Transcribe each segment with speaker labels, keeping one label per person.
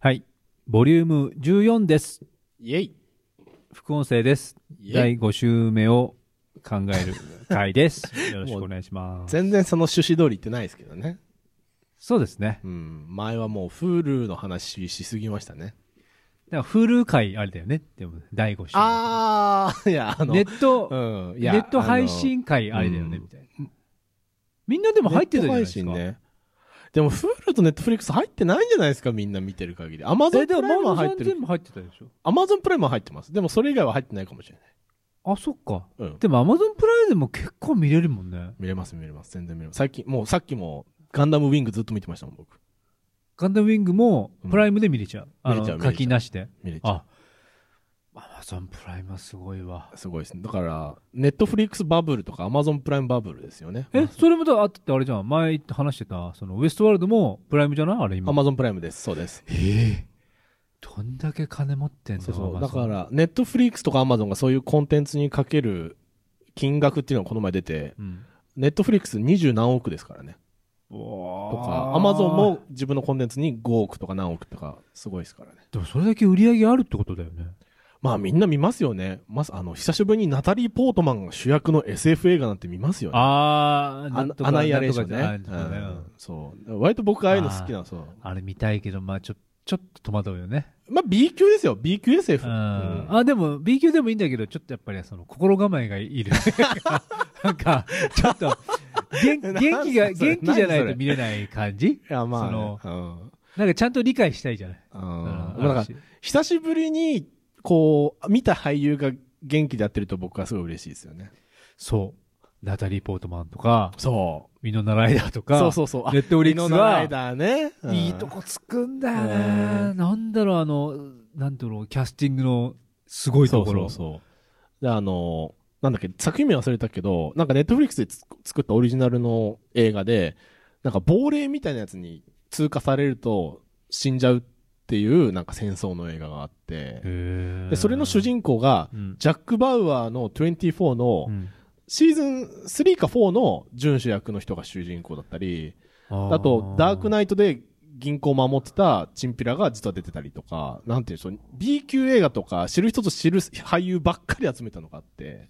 Speaker 1: はい。ボリューム14です。
Speaker 2: イェイ
Speaker 1: 副音声です。
Speaker 2: イェイ
Speaker 1: 第5週目を考え る回です。よろしくお願いします。
Speaker 2: 全然その趣旨通り言ってないですけどね。
Speaker 1: そうですね。
Speaker 2: うん。前はもう Hulu の話しすぎましたね。
Speaker 1: だから、Hulu 回あれだよね。でも、第5週。
Speaker 2: あ ー、いや、あの、
Speaker 1: ネット、
Speaker 2: うん、い
Speaker 1: ネ
Speaker 2: や
Speaker 1: ット配信回あれだよね、みたいな。みんなでも入ってたじゃないですか。
Speaker 2: ネット配信ね。でも Hulu と Netflix 入ってないんじゃないですかみんな見てる限り。Amazon
Speaker 1: え、
Speaker 2: プ
Speaker 1: でも、
Speaker 2: ライム
Speaker 1: マ
Speaker 2: は
Speaker 1: マ
Speaker 2: 入
Speaker 1: さ
Speaker 2: っ
Speaker 1: ん
Speaker 2: て
Speaker 1: 全
Speaker 2: る。
Speaker 1: 部入ってたでしょ。
Speaker 2: Amazon プライムは入ってます。でもそれ以外は入ってないかもしれない。
Speaker 1: あ、そっか。
Speaker 2: うん。
Speaker 1: でも、アマゾンプライムでも結構見れるもんね。
Speaker 2: 見れます見れます。全然見れます。最近、もうさっきもガンダムウィングずっと見てましたもん、僕。
Speaker 1: ガンダムウィングも、プライムで見れちゃう。あ
Speaker 2: 見れちゃう
Speaker 1: の、
Speaker 2: 見れちゃ
Speaker 1: 課
Speaker 2: う
Speaker 1: 金なしで。
Speaker 2: 見れちゃう。
Speaker 1: あ、アマゾンプライムはすごいわ。
Speaker 2: すごいですね。だから、ネットフリックスバブルとかアマゾンプライムバブルですよね。
Speaker 1: え、それもだ、あってあれじゃん。前話してた、その、ウエストワールドもプライムじゃないあれ
Speaker 2: ア
Speaker 1: 今。
Speaker 2: マゾンプライムです。そうです。
Speaker 1: どんだけ金持ってんだ
Speaker 2: そうそう。
Speaker 1: Amazon
Speaker 2: だから、ネットフリックスとかアマゾンがそういうコンテンツにかける金額っていうのがこの前出て、
Speaker 1: うん。
Speaker 2: ネットフリックス二十何億ですからね。と
Speaker 1: と
Speaker 2: か、アマゾン。も自分のコンテンツに5億とか何億とか、すごいですからね。
Speaker 1: でもそれだけ売り上げあるってことだよね。
Speaker 2: まあみんな見ますよね。まず、あの、久しぶりにナタリー・ポートマンが主役の SF 映画なんて見ますよね。
Speaker 1: あー、
Speaker 2: あ
Speaker 1: なんとか
Speaker 2: アナイアレーション
Speaker 1: なん
Speaker 2: ね
Speaker 1: と。かじゃない
Speaker 2: うんそう。割と僕ああいうの好きなの、そう。
Speaker 1: あれ見たいけど、まあちょ、ちょっと戸惑うよね。
Speaker 2: まあ B 級ですよ。B 級 SF。
Speaker 1: う
Speaker 2: うん
Speaker 1: ん。あ、でも、B 級でもいいんだけど、ちょっとやっぱり、その、心構えがいる。 なんか、ちょっと、元
Speaker 2: なん
Speaker 1: 元気が、
Speaker 2: それ
Speaker 1: 元気じゃない
Speaker 2: 何それ
Speaker 1: と見れない感じ
Speaker 2: いや、まあね、
Speaker 1: そなんかちゃんと理解したいじゃない。
Speaker 2: うん。う。
Speaker 1: うんん
Speaker 2: まあだから、久しぶりに、こう、見た俳優が元気でやってると僕はすごい嬉しいですよね。
Speaker 1: そう。ナタリー・ポートマンとか、
Speaker 2: そ
Speaker 1: ミノナライダーと
Speaker 2: う。
Speaker 1: か、
Speaker 2: そうそうそう。
Speaker 1: ネットフリックスが、
Speaker 2: が、ね。うん
Speaker 1: いいと。こつくんだよね。
Speaker 2: うん
Speaker 1: なんだろう、あの、なんだろう、キャスティングのすごいと
Speaker 2: そう
Speaker 1: こ
Speaker 2: そ
Speaker 1: ろ。
Speaker 2: うそう。で、あの、なんだっけ、作品名忘れたけど、なんかネットフリックスでつ作ったオリジナルの映画で、なんか亡霊みたいなやつに通過されると死んじゃうっていう、なんか戦争の映画があって、
Speaker 1: へ
Speaker 2: で、それの主人公が、
Speaker 1: うん
Speaker 2: ジャック・バウアーの24の、
Speaker 1: うん
Speaker 2: シーズン3か4の準主役の人が主人公だったり、あと、ダーク
Speaker 1: ナ
Speaker 2: ナイトで銀行を守ってたチンピラが実は出てたりとか、なんていうんでしょう、B 級映画とか知る人ぞ知る俳優ばっかり集めたのがあって。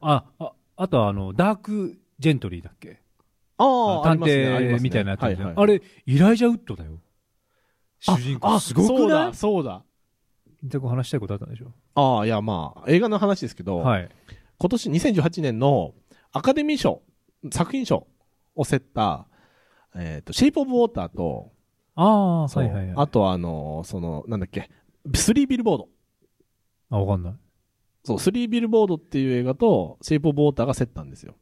Speaker 1: あ、あ、あとはあの、ダーク・ジェントリーだっけ
Speaker 2: あ
Speaker 1: 探偵みたいなやつあるじゃんあ
Speaker 2: れ、
Speaker 1: れ、イライジャウッドだよ。主人公。
Speaker 2: あ、
Speaker 1: すご
Speaker 2: そ
Speaker 1: く
Speaker 2: う
Speaker 1: ない
Speaker 2: だ、そうだ。
Speaker 1: 全く話したいことあったんでしょ
Speaker 2: ああ、いや、まあ、映画の話ですけど、
Speaker 1: はい。
Speaker 2: 今年2018年のアカデミー賞、作品賞を競った、えっ、と、シェイプ・オブ・ウォーターと、
Speaker 1: ああ、は
Speaker 2: そう
Speaker 1: いはいはい。
Speaker 2: あとはあのーその、なんだっけ、スリービルボード。
Speaker 1: あ、わかんない。
Speaker 2: そう、スリービルボードっていう映画と、シェイプ・オブ・ウォーターが競ったんですよ。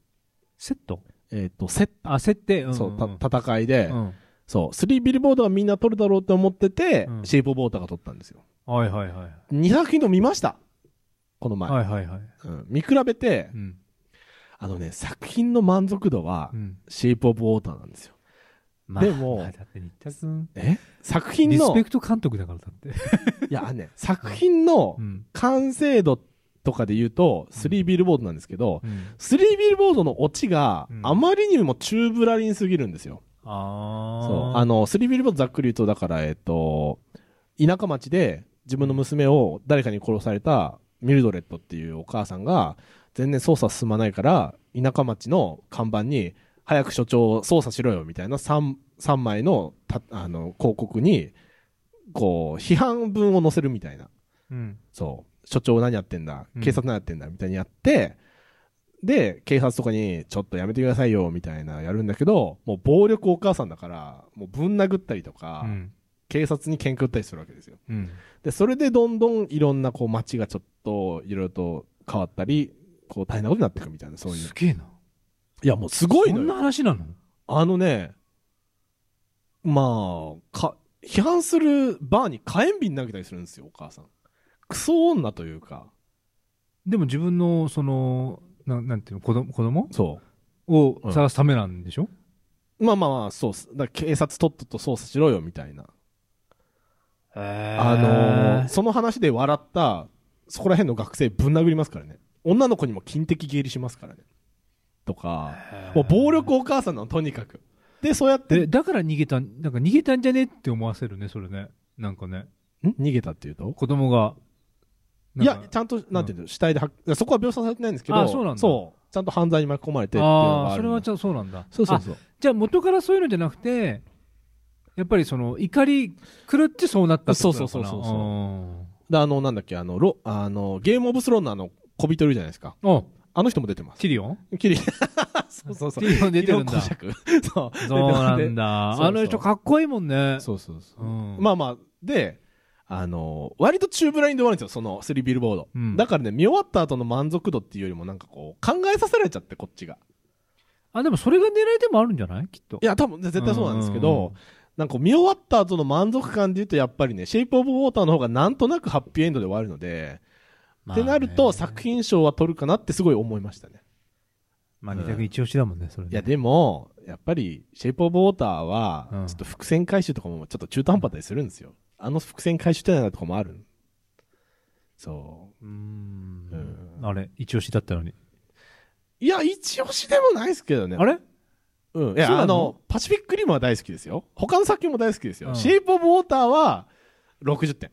Speaker 1: セット
Speaker 2: えっ、と、競った。
Speaker 1: あ、設定。ん
Speaker 2: そう、
Speaker 1: ん
Speaker 2: た戦いで、
Speaker 1: うん
Speaker 2: そう、スリービルボードはみんな取るだろうって思ってて、
Speaker 1: うん
Speaker 2: シェイプ・オブ・ウォーターが取ったんですよ。
Speaker 1: はいはいはい。
Speaker 2: 2作品とも見ました。この前。
Speaker 1: はいはいはい。
Speaker 2: うん、見比べて、
Speaker 1: うん。
Speaker 2: あのね、作品の満足度は、
Speaker 1: うん。
Speaker 2: シェイプ・オブ・ウォーターなんですよ。
Speaker 1: ま
Speaker 2: でも
Speaker 1: まあだって新田君、
Speaker 2: え作品
Speaker 1: リス
Speaker 2: の、
Speaker 1: ペ
Speaker 2: い
Speaker 1: クト監督だからだって。
Speaker 2: や、あのね、作品の
Speaker 1: ん。
Speaker 2: 完成度とかで言うと、スリービルボードなんですけど、
Speaker 1: うん。
Speaker 2: スリービルボードのオチが
Speaker 1: う、ん
Speaker 2: あまりにもチューブラリンすぎるんですよ。
Speaker 1: ああ。
Speaker 2: そう。あの、スリービルボードざっくり言うと、だから、えっと、田舎町で自分の娘を誰かに殺されたミルドレットっていうお母さんが、全然捜査進まないから、田舎町の看板に、早く所長を捜査しろよ、みたいな3、三枚の、た、あの、広告に、こう、批判文を載せるみたいな。
Speaker 1: うん。
Speaker 2: そう。所長何やってんだ
Speaker 1: うん
Speaker 2: 警察何やってんだみたいにやって、で、警察とかに、ちょっとやめてくださいよ、みたいなやるんだけど、もう暴力お母さんだから、もうぶん殴ったりとか、
Speaker 1: うん。
Speaker 2: 警察に喧嘩打ったりするわけですよ。
Speaker 1: うん。
Speaker 2: で、それでどんどんいろんなこう街がちょっと、いろいろと変わったり、こう大変なことになっていくみたいな、そういう。
Speaker 1: すげえな。
Speaker 2: いや、もうすごい
Speaker 1: そ
Speaker 2: の
Speaker 1: んな
Speaker 2: よ。
Speaker 1: 話なの
Speaker 2: あのね、まあ、か、批判するバーに火炎瓶投げたりするんですよ、お母さん。クソ女というか、
Speaker 1: でも自分の、その、ななんていうの、子供子供
Speaker 2: そう。う
Speaker 1: を
Speaker 2: ん
Speaker 1: 探すためなんでしょ
Speaker 2: まあまあまあ、そうっす。だから警察とっとと捜査しろよ、みたいな。
Speaker 1: え
Speaker 2: あのー、その話で笑った、そこら辺の学生ぶん殴りますからね。女の子にも金的下痢しますからね。とか、もう暴力お母さんなの、とにかく。で、そうやって、
Speaker 1: え、だから逃げたん、なんか逃げたんじゃねって思わせるね、それね。なんかね、
Speaker 2: ん逃げたっていうと
Speaker 1: 子供が、
Speaker 2: い
Speaker 1: なん
Speaker 2: や
Speaker 1: か、
Speaker 2: ちゃんと、なんていうの、死体で発、そこは描写されてないんですけど、
Speaker 1: あそうなんだ
Speaker 2: ちゃんと犯罪に巻き込まれてっていうの
Speaker 1: あ
Speaker 2: が
Speaker 1: あ
Speaker 2: あ
Speaker 1: ー、そ
Speaker 2: る
Speaker 1: れ
Speaker 2: んだ
Speaker 1: はちょそうなんだ。
Speaker 2: そうそう
Speaker 1: あ
Speaker 2: そう。
Speaker 1: じゃあ元からそういうのじゃなくて、やっぱりその怒り狂ってそうなったってことなのか
Speaker 2: そうそう
Speaker 1: な
Speaker 2: そうそうそうで、あの、なんだっけ、あの、ロ、あの、ゲームオブスローンのあの、小人いるじゃないですか。
Speaker 1: うーんあ、
Speaker 2: あの人も出てます。
Speaker 1: ティリオン
Speaker 2: キリ。 そうそうそう。
Speaker 1: ティリオン出てるん
Speaker 2: キ
Speaker 1: だ。
Speaker 2: リオン公 爵そう。
Speaker 1: そうな
Speaker 2: 出て
Speaker 1: ん
Speaker 2: ま
Speaker 1: だ。
Speaker 2: そうそう
Speaker 1: あの人かっこいいもんね。
Speaker 2: すそうそうそう。
Speaker 1: うん
Speaker 2: まあまあ、で、あの、割と中ブラインで終わるんですよ、その3ビルボード。
Speaker 1: うん
Speaker 2: だからね、見終わった後の満足度っていうよりもなんかこう、考えさせられちゃって、こっちが。
Speaker 1: あ、でもそれが狙いでもあるんじゃないきっと
Speaker 2: い。や、多分絶対そうなんですけ
Speaker 1: うんうんうん
Speaker 2: ど、なんかこう見終わった後の満足感で言うと、やっぱりね、シェイプオブウォーターの方がなんとなくハッピーエンドで終わるので、
Speaker 1: ま
Speaker 2: っ
Speaker 1: あね
Speaker 2: てなると作品賞は取るかなってすごい思いましたね。
Speaker 1: まあ、二択一押しだもんね、それね。
Speaker 2: いや、でも、やっぱり、シェイプオブウォーターは
Speaker 1: う、ん
Speaker 2: ちょっと伏線回収とかもちょっと中途半端だったりするんですよ。あの伏線回収ってないなとかもある。そう
Speaker 1: ー。
Speaker 2: う。うんん
Speaker 1: あれ、一押しだったのに。
Speaker 2: いや、一押しでもないですけどね。
Speaker 1: あれ
Speaker 2: うん。い
Speaker 1: そう
Speaker 2: や、
Speaker 1: なの
Speaker 2: あの、パシフィックリムは大好きですよ。他の作品も大好きですよ。
Speaker 1: うん
Speaker 2: シェイプオブウォーターは、60点。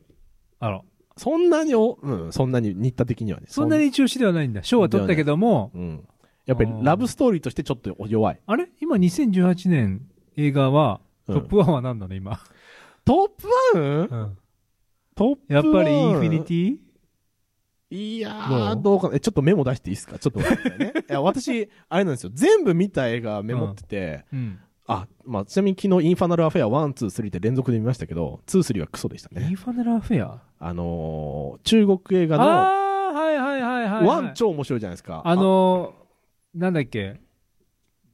Speaker 1: あら。
Speaker 2: そんなにお、うん、そんなに、日田的にはね。
Speaker 1: そんなに一押しではないんだ。賞は取ったけども、
Speaker 2: そん。うん。やっぱり、ラブストーリーとしてちょっと弱い。
Speaker 1: あれ今2018年映画は、
Speaker 2: う
Speaker 1: ト
Speaker 2: ん
Speaker 1: ップ1は何なの今。
Speaker 2: トップ 1? トップ
Speaker 1: やっぱりインフィニ
Speaker 2: ィ
Speaker 1: ティ
Speaker 2: いや
Speaker 1: ど
Speaker 2: ー、
Speaker 1: う
Speaker 2: どうかな。え、ちょっとメモ出 していいですかちょっと待ってくださいね。いや、私、あれなんですよ。全部見た映画メモってて、
Speaker 1: うん。
Speaker 2: あ、まあ、ちなみに昨日、インファナルアフェア1、2、3って連続で見ましたけど、2、3はクソでした
Speaker 1: イ
Speaker 2: ね
Speaker 1: ン。ファネラフェア
Speaker 2: あのー、中国映画の、
Speaker 1: ああー、はいはいはいはい、はい。
Speaker 2: 1超面白いじゃないですか。
Speaker 1: あのー、なんだっけ、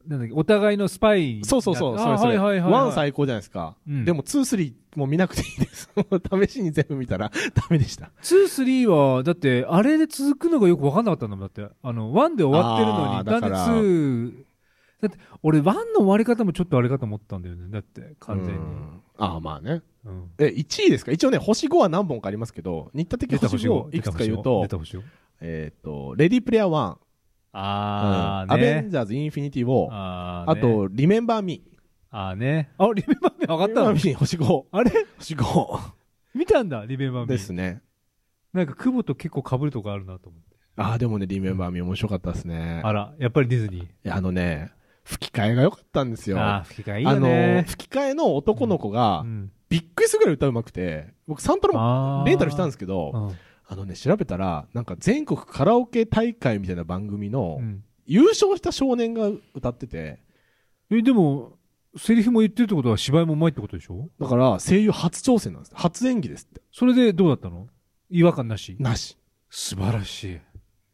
Speaker 1: なんだっけ、お互いのスパイになっ
Speaker 2: あ、そうそうそう、
Speaker 1: あ
Speaker 2: それそれ。
Speaker 1: はいはいはいはい。
Speaker 2: 1最高じゃないですか。
Speaker 1: うん
Speaker 2: でも、2、3も見なくていいです。 試しに全部見たら ダメでした。
Speaker 1: 2、3は、だって、あれで続くのがよく分かんなかったんだもん、だって。あの、1で終わってるのに、な
Speaker 2: あーだ
Speaker 1: ん
Speaker 2: か
Speaker 1: で
Speaker 2: ら
Speaker 1: 2、だって、俺、1の終わり方もちょっとあれかと思ったんだよね、だって、完全に
Speaker 2: う。んああ、まあね。
Speaker 1: うん
Speaker 2: え、1位ですか一応ね、星5は何本かありますけど、新田的
Speaker 1: 出た
Speaker 2: 星
Speaker 1: 星
Speaker 2: 5を
Speaker 1: を、
Speaker 2: いくつか言うと
Speaker 1: 出、た星を。
Speaker 2: えっ、と、レディープレイヤー1、うん
Speaker 1: あ
Speaker 2: ア
Speaker 1: ー
Speaker 2: ベン
Speaker 1: ね。
Speaker 2: ジャーズ・インフィニティ・ウォー、
Speaker 1: あー
Speaker 2: あ
Speaker 1: ね、
Speaker 2: と、リメンバー・ミー。
Speaker 1: あーね。あ、リベンバーミー上がっ
Speaker 2: リメン
Speaker 1: た
Speaker 2: バ
Speaker 1: の
Speaker 2: ー・ミー、星5。
Speaker 1: あれ
Speaker 2: 星5。
Speaker 1: 見たんだ、リベンバーミー。
Speaker 2: ですね。
Speaker 1: なんか、久保と結構被るとこあるなと思って。
Speaker 2: ああ、でもね、リメンバー・ミー面白かったですね。
Speaker 1: あら、やっぱりディズニー。
Speaker 2: いやあのね、吹き替えが良かったんですよ。
Speaker 1: ああ、吹き替えいい
Speaker 2: あ
Speaker 1: よ
Speaker 2: の、
Speaker 1: ね。
Speaker 2: 吹き替えの男の子が、
Speaker 1: うん
Speaker 2: びっくりするぐらい歌うまくて、僕サントラ
Speaker 1: あ
Speaker 2: も
Speaker 1: ー
Speaker 2: レンタルしたんですけど、
Speaker 1: うん
Speaker 2: あのね、調べたら、なんか全国カラオケ大会みたいな番組の
Speaker 1: う、ん
Speaker 2: 優勝した少年が歌ってて、
Speaker 1: え、でも、セリフも言ってるってことは芝居もうまいってことでしょ
Speaker 2: だから声優初挑戦なんです。初演技ですって。
Speaker 1: それでどうだったの違和感なし。
Speaker 2: なし。
Speaker 1: 素晴らしい。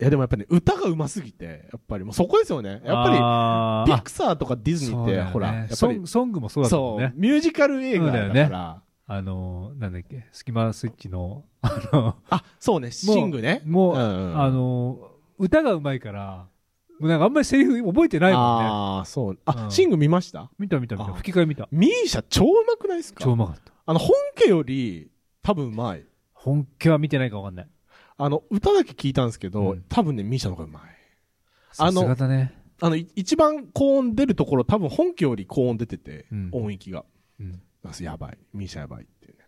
Speaker 2: いやでもやっぱね、歌が上手すぎて、やっぱりもうそこですよね。やっぱ
Speaker 1: ぱ
Speaker 2: り、ピクサーとかディズニーって、ほら、やっぱ
Speaker 1: ソ
Speaker 2: り
Speaker 1: ン、ソングもそうだったも
Speaker 2: そ
Speaker 1: ん
Speaker 2: う
Speaker 1: ね、。
Speaker 2: ミュージカル映画だから、
Speaker 1: そうだよあのー、なんだっけ、スキマスイッチの、あの、
Speaker 2: あ、そうね、シングね。
Speaker 1: もう、
Speaker 2: うんうん
Speaker 1: あのー、歌がうまいから、もうなんかあんまりセリフ覚えてないもんね。
Speaker 2: ああ、そう。あ、
Speaker 1: うん
Speaker 2: シング見ました
Speaker 1: 見た見た見た。
Speaker 2: あ
Speaker 1: 吹き替え見た。
Speaker 2: ミーシャ超うまくないですか
Speaker 1: 超うまかった。
Speaker 2: あの、本家より多分うまい。
Speaker 1: 本家は見てないかわかんない。
Speaker 2: あの、歌だけ聞いたんですけど、
Speaker 1: うん
Speaker 2: 多分ね、ミーシャの方がうまい。あ
Speaker 1: さ
Speaker 2: の
Speaker 1: すがだね。
Speaker 2: あの、い一番高音出るところ、多分本家より高音出てて、
Speaker 1: うん
Speaker 2: 音域が。
Speaker 1: うん
Speaker 2: なんかやばい。ミーシャやばいっていうね。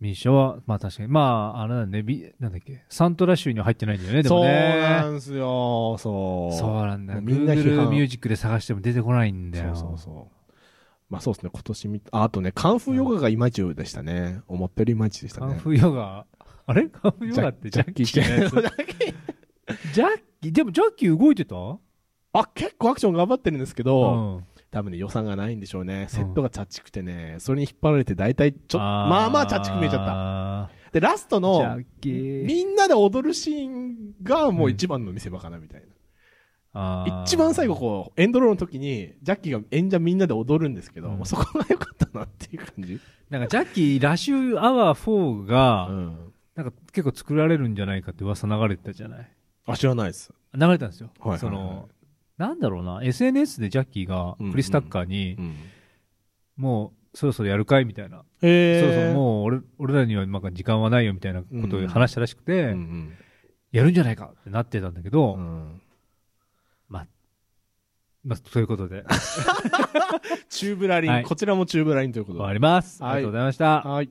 Speaker 1: ミッションは、まあ確かに。まあ、あれだね、ビなんだっけ、サントラ州には入ってないんだよね、で
Speaker 2: そ
Speaker 1: も
Speaker 2: うな
Speaker 1: ね。
Speaker 2: んですよ。そう。
Speaker 1: そうなんだよ。
Speaker 2: もうみんな批判
Speaker 1: Google ミュージックで探しても出てこないんだよ。
Speaker 2: そうそうそう。まあそうですね、今年み、ああとね、カンフーヨガがいまいちでしたね。思ったよりいまいちでした
Speaker 1: カン
Speaker 2: ね。
Speaker 1: フーヨガ、あれカンフーヨガってジャッキー
Speaker 2: ジャッキー
Speaker 1: のやつジャッキー、でもジャッキー動いてた
Speaker 2: あ、結構アクション頑張ってるんですけ
Speaker 1: う
Speaker 2: ど、
Speaker 1: ん。
Speaker 2: 多分ね、予算がないんでしょうね。セットがチャチくてね、それに引っ張られて大体ちょ、
Speaker 1: ー
Speaker 2: まあまあチャチく見えちゃった。
Speaker 1: た。
Speaker 2: で、ラスト
Speaker 1: ジ
Speaker 2: の
Speaker 1: ャッ、キー。
Speaker 2: みんなで踊るシーンがもう一番の見せ場かなみたいな。
Speaker 1: あー
Speaker 2: 一番最後こう、エンドロールの時に、ジャッキーが演者みんなで踊るんですけど、
Speaker 1: うん
Speaker 2: もうそこが良かったなっていう感じ。
Speaker 1: なんかジャッキー、ラッシュアワー4
Speaker 2: う
Speaker 1: が、
Speaker 2: ん。
Speaker 1: なんか結構作られるんじゃないかって噂流れてたじゃない
Speaker 2: あ、知らないです。
Speaker 1: 流れたんですよ。
Speaker 2: はいはいはい
Speaker 1: その、なんだろうな、SNS でジャッキーが
Speaker 2: うん
Speaker 1: クリス・タッカーに
Speaker 2: う、ん。
Speaker 1: もうそろそろやるかいみたいな、
Speaker 2: え
Speaker 1: そろそろもう俺俺らにはなんか時間はないよみたいなことを話したらしくて、
Speaker 2: うんうん
Speaker 1: やるんじゃないかってなってたんだけど、
Speaker 2: うん
Speaker 1: まあ、そういうことで、
Speaker 2: チューブラリン、
Speaker 1: はい
Speaker 2: こちらもチューブラリンというこ
Speaker 1: 終
Speaker 2: とで。
Speaker 1: わります。
Speaker 2: はい
Speaker 1: ありがとうございました。
Speaker 2: はい。